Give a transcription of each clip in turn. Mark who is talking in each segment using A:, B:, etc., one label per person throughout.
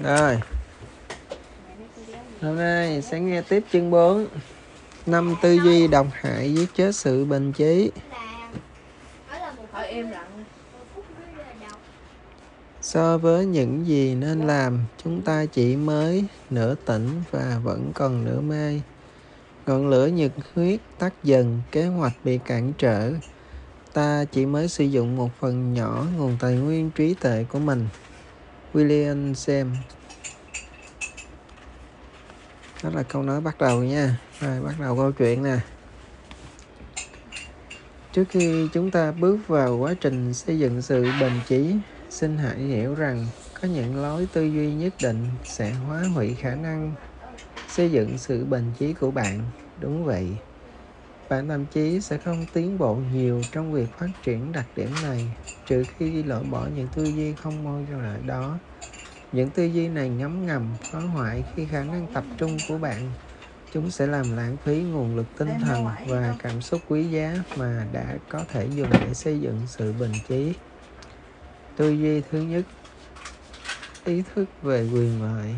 A: Rồi Hôm nay sẽ nghe tiếp chương 4 Năm tư duy độc hại giết chết sự bình trí
B: Thôi im lặng
A: So với những gì nên làm Chúng ta chỉ mới nửa tỉnh và vẫn còn nửa mê Ngọn lửa nhiệt huyết tắt dần Kế hoạch bị cản trở Ta chỉ mới sử dụng một phần nhỏ nguồn tài nguyên trí tuệ của mình William Sam Đó là câu nói bắt đầu nha Rồi bắt đầu câu chuyện nè Trước khi chúng ta bước vào quá trình xây dựng sự bền chí Xin hãy hiểu rằng có những lối tư duy nhất định sẽ hóa hủy khả năng xây dựng sự bền chí của bạn. Đúng vậy. Bạn thậm chí sẽ không tiến bộ nhiều trong việc phát triển đặc điểm này trừ khi loại bỏ những tư duy không môi cho lợi đó. Những tư duy này ngấm ngầm phá hoại khi khả năng tập trung của bạn. Chúng sẽ làm lãng phí nguồn lực tinh thần và cảm xúc quý giá mà đã có thể dùng để xây dựng sự bình trí tư duy thứ nhất ý thức về quyền lợi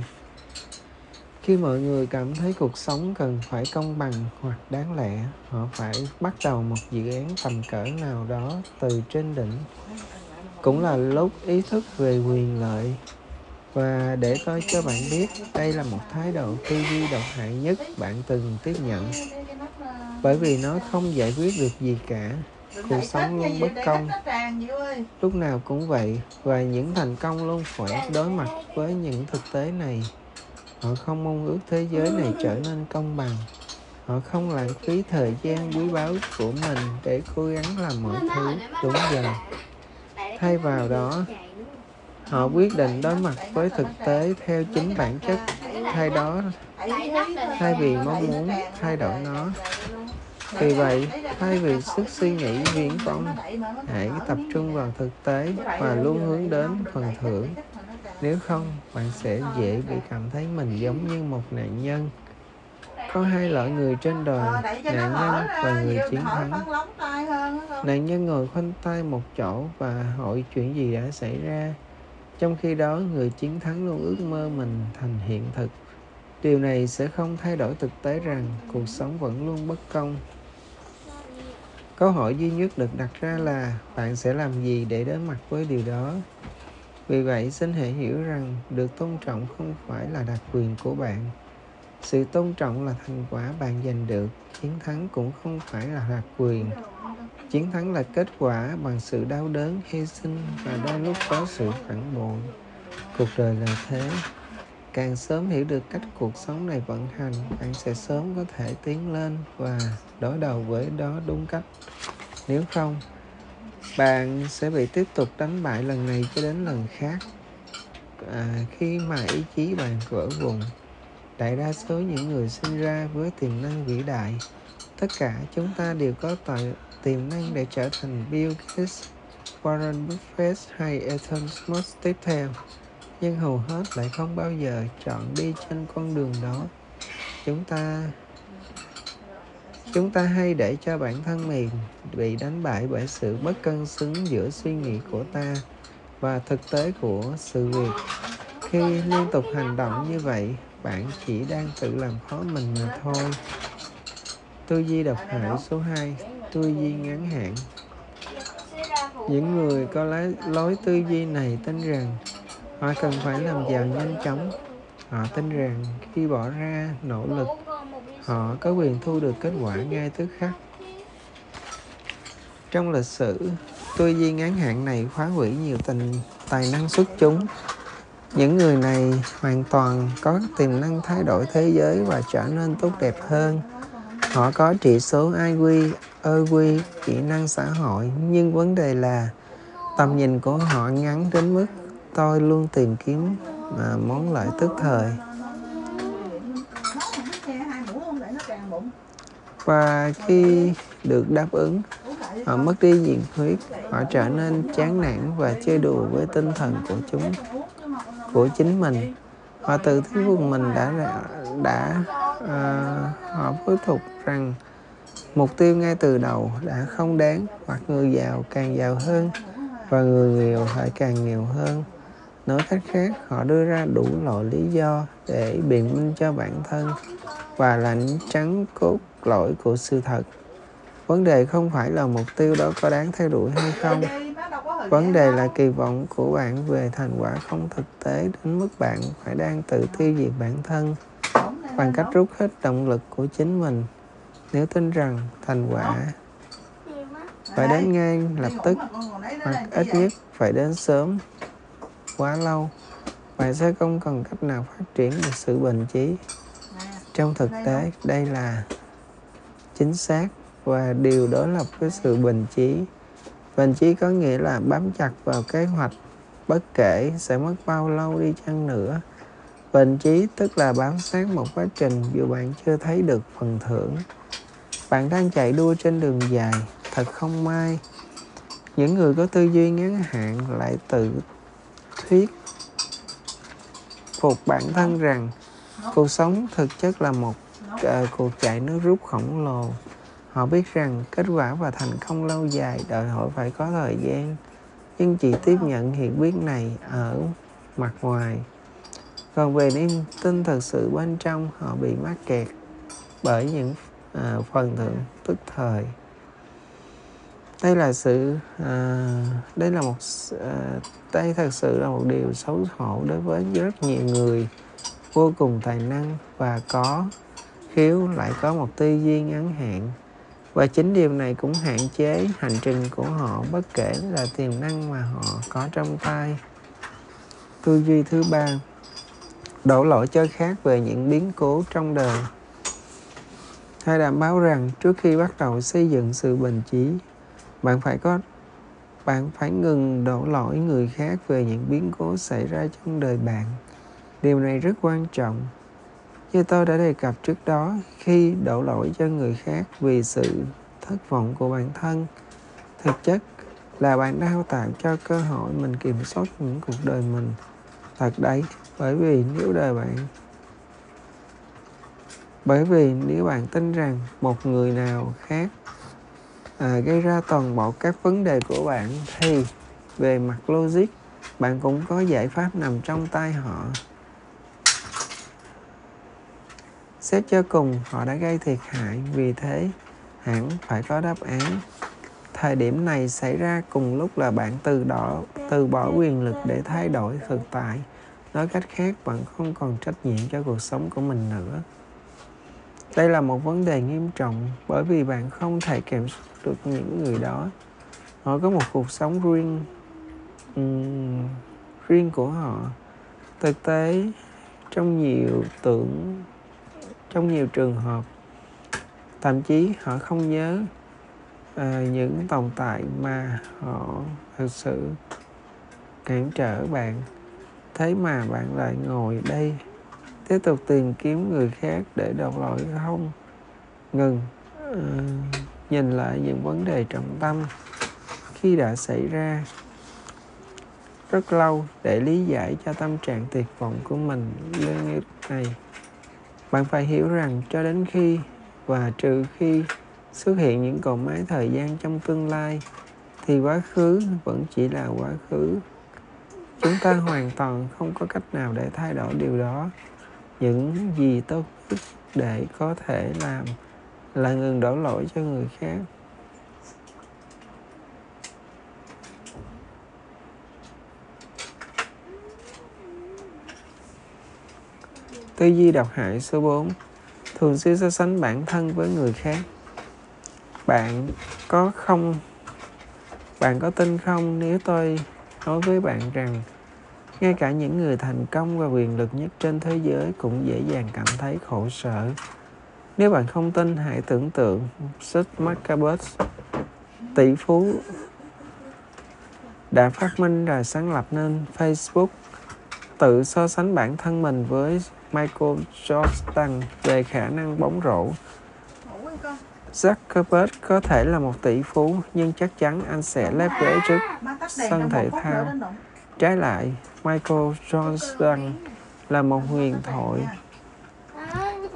A: khi mọi người cảm thấy cuộc sống cần phải công bằng hoặc đáng lẽ họ phải bắt đầu một dự án tầm cỡ nào đó từ trên đỉnh cũng là lúc ý thức về quyền lợi và để tôi cho bạn biết đây là một thái độ tư duy độc hại nhất bạn từng tiếp nhận bởi vì nó không giải quyết được gì cả
B: Đừng
A: Cuộc
B: đẩy
A: sống
B: sách
A: luôn
B: cái gì
A: bất
B: để
A: công.
B: hết nó tràn Diệu ơi
A: lúc nào cũng vậy và những thành công luôn phải đối mặt với những thực tế này họ không mong ước thế giới này trở nên công bằng họ không lãng phí thời gian quý báu của mình để cố gắng làm mọi thứ đúng giờ
C: thay vào đó
A: họ quyết định đối mặt với thực tế theo chính bản chất thay đó
C: Thay
A: vì mong muốn thay đổi nó. vì vậy thay vì sức suy nghĩ viễn vông hãy tập trung vào thực tế và luôn hướng đến phần thưởng Nếu không, bạn sẽ dễ bị cảm thấy mình giống như một nạn nhân. Có hai loại người trên đời, nạn nhân và người chiến thắng. Nạn nhân ngồi khoanh tay một chỗ và hỏi chuyện gì đã xảy ra. Trong khi đó, người chiến thắng luôn ước mơ mình thành hiện thực. Điều này sẽ không thay đổi thực tế rằng cuộc sống vẫn luôn bất công. Câu hỏi duy nhất được đặt ra là bạn sẽ làm gì để đối mặt với điều đó? Vì vậy, xin hãy hiểu rằng được tôn trọng không phải là đặc quyền của bạn. Sự tôn trọng là thành quả bạn giành được, chiến thắng cũng không phải là đặc quyền. Chiến thắng là kết quả bằng sự đau đớn, hy sinh và đôi lúc có sự phản bội. Cuộc đời là thế. Càng sớm hiểu được cách cuộc sống này vận hành, bạn sẽ sớm có thể tiến lên và đối đầu với đó đúng cách. Nếu không, bạn sẽ bị tiếp tục đánh bại lần này cho đến lần khác à, khi mà ý chí bạn vỡ vụn đại đa số những người sinh ra với tiềm năng vĩ đại tất cả chúng ta đều có tài, tiềm năng để trở thành Bill Gates Warren Buffett hay Elon Musk tiếp theo nhưng hầu hết lại không bao giờ chọn đi trên con đường đó chúng ta chúng ta hay để cho bản thân mình bị đánh bại bởi sự bất cân xứng giữa suy nghĩ của ta và thực tế của sự việc khi liên tục hành động như vậy bạn chỉ đang tự làm khó mình mà thôi tư duy độc hại số 2 tư duy ngắn hạn những người có lái- lối tư duy này tin rằng họ cần phải làm giàu nhanh chóng họ tin rằng khi bỏ ra nỗ lực họ có quyền thu được kết quả ngay tức khắc trong lịch sử tư duy ngắn hạn này phá hủy nhiều tình tài năng xuất chúng những người này hoàn toàn có tiềm năng thay đổi thế giới và trở nên tốt đẹp hơn họ có trị số IQ, EQ, kỹ năng xã hội nhưng vấn đề là tầm nhìn của họ ngắn đến mức tôi luôn tìm kiếm à, món lợi tức thời và khi được đáp ứng họ mất đi nhiệt huyết họ trở nên chán nản và chơi đùa với tinh thần của chúng của chính mình họ tự thuyết phục mình đã đã à, họ hối thúc rằng mục tiêu ngay từ đầu đã không đáng hoặc người giàu càng giàu hơn và người nghèo lại càng nghèo hơn nói cách khác họ đưa ra đủ loại lý do để biện minh cho bản thân và là những trắng cốt lõi của sự thật vấn đề không phải là mục tiêu đó có đáng theo đuổi hay không vấn đề là kỳ vọng của bạn về thành quả không thực tế đến mức bạn phải đang tự tiêu diệt bản thân bằng cách rút hết động lực của chính mình nếu tin rằng thành quả phải đến ngay lập tức hoặc ít nhất phải đến sớm quá lâu bạn sẽ không còn cách nào phát triển được sự bền chí trong thực tế đây là chính xác và điều đối lập với sự bền chí bền chí có nghĩa là bám chặt vào kế hoạch bất kể sẽ mất bao lâu đi chăng nữa bền chí tức là bám sát một quá trình dù bạn chưa thấy được phần thưởng bạn đang chạy đua trên đường dài thật không may những người có tư duy ngắn hạn lại tự thuyết phục bản thân rằng cuộc sống thực chất là một ờ, cuộc chạy nước rút khổng lồ họ biết rằng kết quả và thành công lâu dài đòi hỏi phải có thời gian nhưng chỉ tiếp nhận hiểu biết này ở mặt ngoài còn về niềm tin thật sự bên trong họ bị mắc kẹt bởi những à, phần thưởng tức thời đây là sự à, đây là một s- à, đây thật sự là một điều xấu hổ đối với rất nhiều người vô cùng tài năng và có khiếu lại có một tư duy ngắn hạn và chính điều này cũng hạn chế hành trình của họ bất kể là tiềm năng mà họ có trong tay tư duy thứ ba đổ lỗi cho khác về những biến cố trong đời hãy đảm bảo rằng trước khi bắt đầu xây dựng sự bền chí bạn phải có bạn phải ngừng đổ lỗi người khác về những biến cố xảy ra trong đời bạn điều này rất quan trọng như tôi đã đề cập trước đó khi đổ lỗi cho người khác vì sự thất vọng của bản thân thực chất là bạn đang tạo cho cơ hội mình kiểm soát những cuộc đời mình thật đấy bởi vì nếu đời bạn bởi vì nếu bạn tin rằng một người nào khác à, gây ra toàn bộ các vấn đề của bạn thì về mặt logic bạn cũng có giải pháp nằm trong tay họ xét cho cùng họ đã gây thiệt hại vì thế hẳn phải có đáp án thời điểm này xảy ra cùng lúc là bạn từ đó từ bỏ quyền lực để thay đổi thực tại nói cách khác bạn không còn trách nhiệm cho cuộc sống của mình nữa đây là một vấn đề nghiêm trọng bởi vì bạn không thể kiểm soát được những người đó. Họ có một cuộc sống riêng ừm, riêng của họ. Thực tế trong nhiều tưởng trong nhiều trường hợp thậm chí họ không nhớ à, những tồn tại mà họ thực sự cản trở bạn. Thế mà bạn lại ngồi đây tiếp tục tìm kiếm người khác để đọc lỗi không ngừng ờ, nhìn lại những vấn đề trọng tâm khi đã xảy ra rất lâu để lý giải cho tâm trạng tuyệt vọng của mình lên lúc này bạn phải hiểu rằng cho đến khi và trừ khi xuất hiện những cột máy thời gian trong tương lai thì quá khứ vẫn chỉ là quá khứ chúng ta hoàn toàn không có cách nào để thay đổi điều đó những gì tốt nhất để có thể làm là ngừng đổ lỗi cho người khác tư duy độc hại số 4 thường xuyên so sánh bản thân với người khác bạn có không bạn có tin không nếu tôi nói với bạn rằng ngay cả những người thành công và quyền lực nhất trên thế giới cũng dễ dàng cảm thấy khổ sở. Nếu bạn không tin, hãy tưởng tượng Sid Markabus, tỷ phú đã phát minh và sáng lập nên Facebook, tự so sánh bản thân mình với Michael Jordan về khả năng bóng rổ. Zuckerberg có thể là một tỷ phú, nhưng chắc chắn anh sẽ lép vế trước
B: sân thể thao
A: Trái lại, Michael Johnson là một huyền thoại.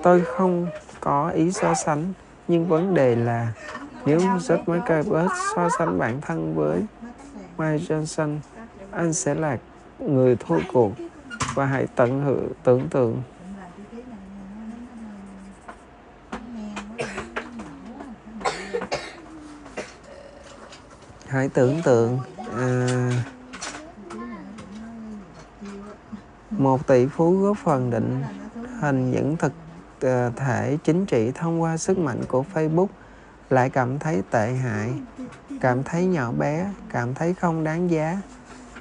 A: Tôi không có ý so sánh, nhưng vấn đề là nếu George Michael Bush so sánh bản thân với Mike Johnson, anh sẽ là người thua cuộc và hãy tận hưởng tưởng tượng hãy tưởng tượng à, một tỷ phú góp phần định hình những thực à, thể chính trị thông qua sức mạnh của Facebook lại cảm thấy tệ hại, cảm thấy nhỏ bé, cảm thấy không đáng giá.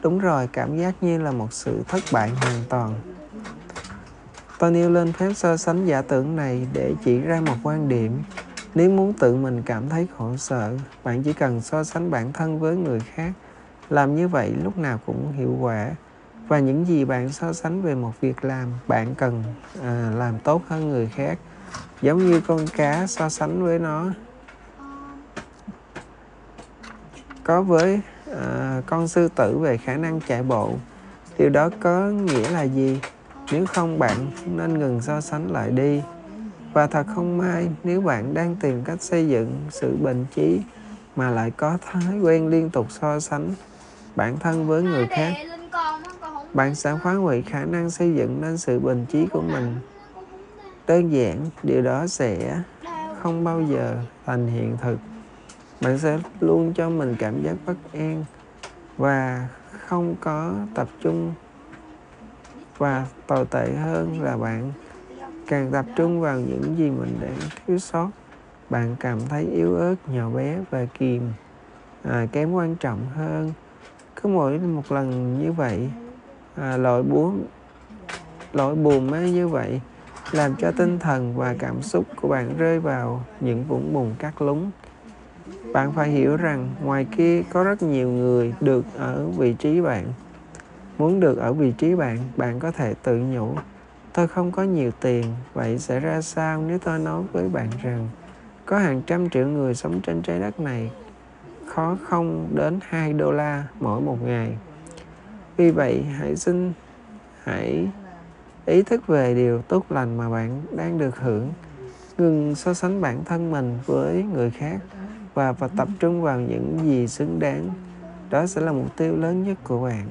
A: Đúng rồi, cảm giác như là một sự thất bại hoàn toàn. Tôi nêu lên phép so sánh giả tưởng này để chỉ ra một quan điểm. Nếu muốn tự mình cảm thấy khổ sở, bạn chỉ cần so sánh bản thân với người khác. Làm như vậy lúc nào cũng hiệu quả. Và những gì bạn so sánh về một việc làm, bạn cần à, làm tốt hơn người khác. Giống như con cá so sánh với nó. Có với à, con sư tử về khả năng chạy bộ. Điều đó có nghĩa là gì? Nếu không bạn nên ngừng so sánh lại đi. Và thật không may nếu bạn đang tìm cách xây dựng sự bình chí mà lại có thói quen liên tục so sánh bản thân với người khác, bạn sẽ phá hủy khả năng xây dựng nên sự bình chí của mình. Đơn giản, điều đó sẽ không bao giờ thành hiện thực. Bạn sẽ luôn cho mình cảm giác bất an và không có tập trung và tồi tệ hơn là bạn càng tập trung vào những gì mình đang thiếu sót bạn cảm thấy yếu ớt nhỏ bé và kìm à, kém quan trọng hơn cứ mỗi một lần như vậy à, lỗi buồn lỗi buồn mới như vậy làm cho tinh thần và cảm xúc của bạn rơi vào những vũng bùn cát lúng bạn phải hiểu rằng ngoài kia có rất nhiều người được ở vị trí bạn muốn được ở vị trí bạn bạn có thể tự nhủ tôi không có nhiều tiền vậy sẽ ra sao nếu tôi nói với bạn rằng có hàng trăm triệu người sống trên trái đất này khó không đến 2 đô la mỗi một ngày vì vậy hãy xin hãy ý thức về điều tốt lành mà bạn đang được hưởng ngừng so sánh bản thân mình với người khác và và tập trung vào những gì xứng đáng đó sẽ là mục tiêu lớn nhất của bạn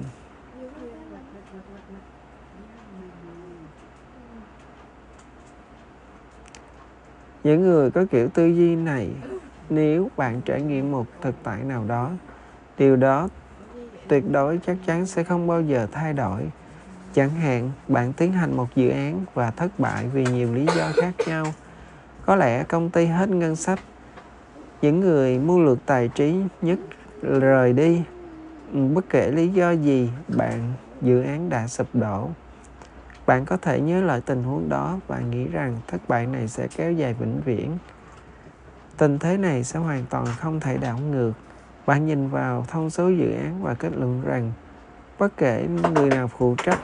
A: những người có kiểu tư duy này nếu bạn trải nghiệm một thực tại nào đó điều đó tuyệt đối chắc chắn sẽ không bao giờ thay đổi chẳng hạn bạn tiến hành một dự án và thất bại vì nhiều lý do khác nhau có lẽ công ty hết ngân sách những người mưu lược tài trí nhất rời đi bất kể lý do gì bạn dự án đã sụp đổ bạn có thể nhớ lại tình huống đó và nghĩ rằng thất bại này sẽ kéo dài vĩnh viễn tình thế này sẽ hoàn toàn không thể đảo ngược bạn nhìn vào thông số dự án và kết luận rằng bất kể người nào phụ trách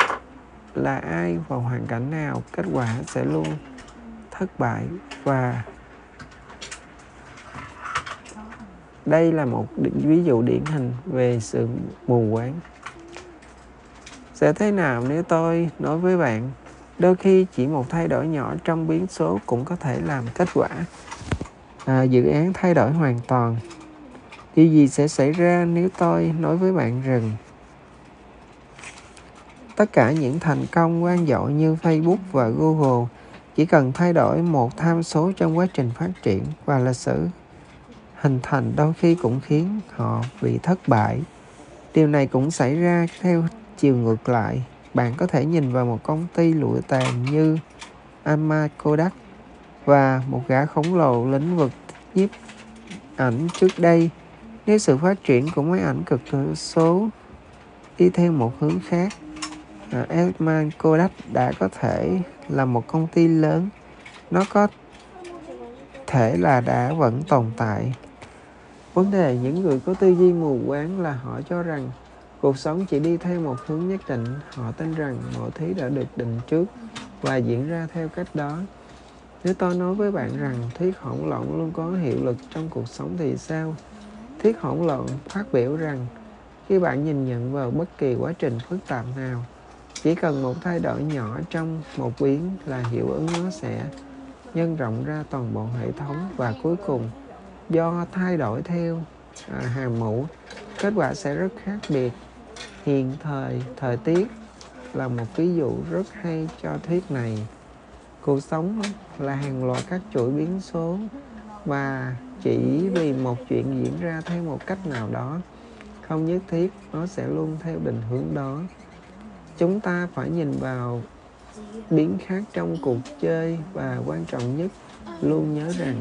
A: là ai và hoàn cảnh nào kết quả sẽ luôn thất bại và đây là một đi- ví dụ điển hình về sự mù quáng sẽ thế nào nếu tôi nói với bạn đôi khi chỉ một thay đổi nhỏ trong biến số cũng có thể làm kết quả à, dự án thay đổi hoàn toàn điều gì sẽ xảy ra nếu tôi nói với bạn rằng tất cả những thành công vang dội như facebook và google chỉ cần thay đổi một tham số trong quá trình phát triển và lịch sử hình thành đôi khi cũng khiến họ bị thất bại điều này cũng xảy ra theo chiều ngược lại bạn có thể nhìn vào một công ty lụa tàn như Amakodak và một gã khổng lồ lĩnh vực nhiếp ảnh trước đây nếu sự phát triển của máy ảnh cực thiểu số đi theo một hướng khác à, Edman Kodak đã có thể là một công ty lớn nó có thể là đã vẫn tồn tại vấn đề những người có tư duy mù quáng là họ cho rằng cuộc sống chỉ đi theo một hướng nhất định họ tin rằng mọi thứ đã được định trước và diễn ra theo cách đó nếu tôi nói với bạn rằng thuyết hỗn loạn luôn có hiệu lực trong cuộc sống thì sao thuyết hỗn loạn phát biểu rằng khi bạn nhìn nhận vào bất kỳ quá trình phức tạp nào chỉ cần một thay đổi nhỏ trong một biến là hiệu ứng nó sẽ nhân rộng ra toàn bộ hệ thống và cuối cùng do thay đổi theo à, hàm mũ kết quả sẽ rất khác biệt hiện thời thời tiết là một ví dụ rất hay cho thuyết này cuộc sống là hàng loạt các chuỗi biến số và chỉ vì một chuyện diễn ra theo một cách nào đó không nhất thiết nó sẽ luôn theo định hướng đó chúng ta phải nhìn vào biến khác trong cuộc chơi và quan trọng nhất luôn nhớ rằng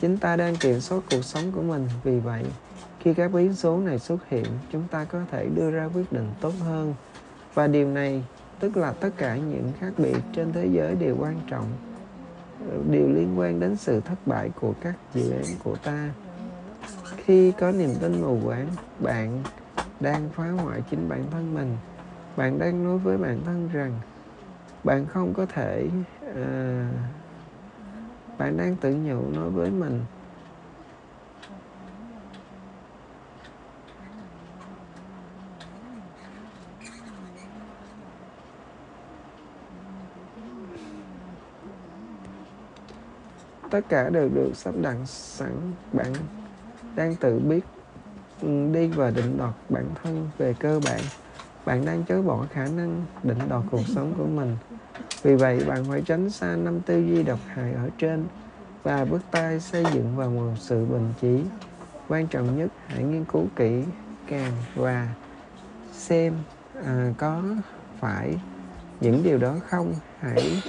A: chính ta đang kiểm soát cuộc sống của mình vì vậy khi các biến số này xuất hiện chúng ta có thể đưa ra quyết định tốt hơn và điều này tức là tất cả những khác biệt trên thế giới đều quan trọng đều liên quan đến sự thất bại của các dự án của ta khi có niềm tin mù quáng bạn đang phá hoại chính bản thân mình bạn đang nói với bản thân rằng bạn không có thể à, bạn đang tự nhủ nói với mình tất cả đều được sắp đặt sẵn bạn đang tự biết ừ, đi và định đoạt bản thân về cơ bản bạn đang chối bỏ khả năng định đoạt cuộc sống của mình vì vậy bạn phải tránh xa năm tư duy độc hại ở trên và bước tay xây dựng vào một sự bình chỉ quan trọng nhất hãy nghiên cứu kỹ càng và xem à, có phải những điều đó không hãy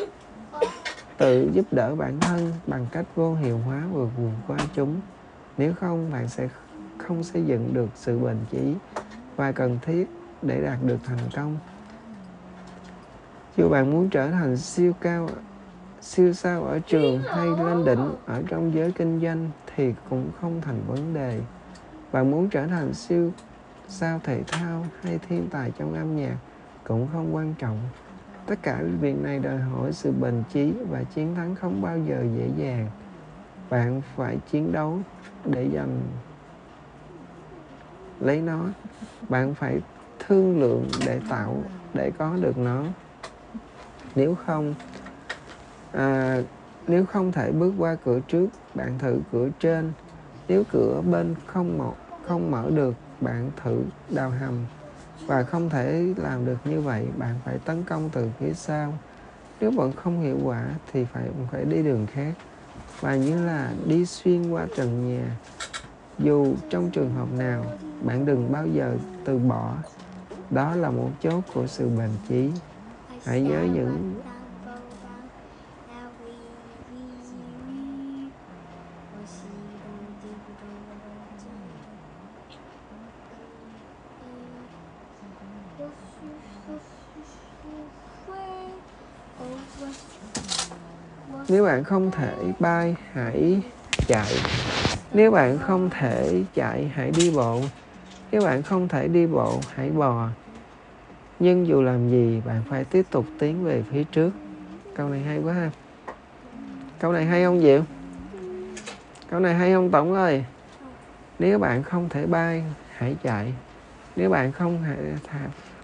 A: tự giúp đỡ bản thân bằng cách vô hiệu hóa và vượt qua chúng nếu không bạn sẽ không xây dựng được sự bền chí và cần thiết để đạt được thành công dù bạn muốn trở thành siêu cao siêu sao ở trường hay lên đỉnh ở trong giới kinh doanh thì cũng không thành vấn đề bạn muốn trở thành siêu sao thể thao hay thiên tài trong âm nhạc cũng không quan trọng tất cả việc này đòi hỏi sự bền chí và chiến thắng không bao giờ dễ dàng bạn phải chiến đấu để giành lấy nó bạn phải thương lượng để tạo để có được nó nếu không à, nếu không thể bước qua cửa trước bạn thử cửa trên nếu cửa bên không mở, không mở được bạn thử đào hầm và không thể làm được như vậy bạn phải tấn công từ phía sau nếu vẫn không hiệu quả thì phải phải đi đường khác và như là đi xuyên qua trần nhà dù trong trường hợp nào bạn đừng bao giờ từ bỏ đó là một chốt của sự bền chí
C: hãy nhớ những
A: nếu bạn không thể bay hãy chạy nếu bạn không thể chạy hãy đi bộ nếu bạn không thể đi bộ hãy bò nhưng dù làm gì bạn phải tiếp tục tiến về phía trước câu này hay quá ha câu này hay không diệu câu này hay không tổng ơi nếu bạn không thể bay hãy chạy nếu bạn không thể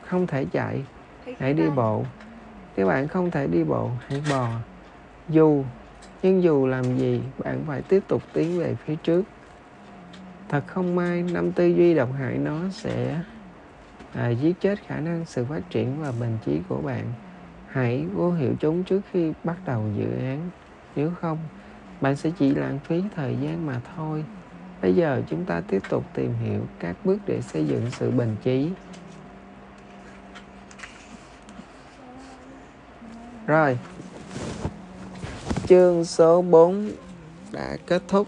A: không thể chạy hãy đi bộ nếu bạn không thể đi bộ hãy bò dù nhưng dù làm gì bạn phải tiếp tục tiến về phía trước thật không may năm tư duy độc hại nó sẽ à, giết chết khả năng sự phát triển và bền chí của bạn hãy vô hiệu chúng trước khi bắt đầu dự án nếu không bạn sẽ chỉ lãng phí thời gian mà thôi bây giờ chúng ta tiếp tục tìm hiểu các bước để xây dựng sự bền chí rồi chương số 4 đã kết thúc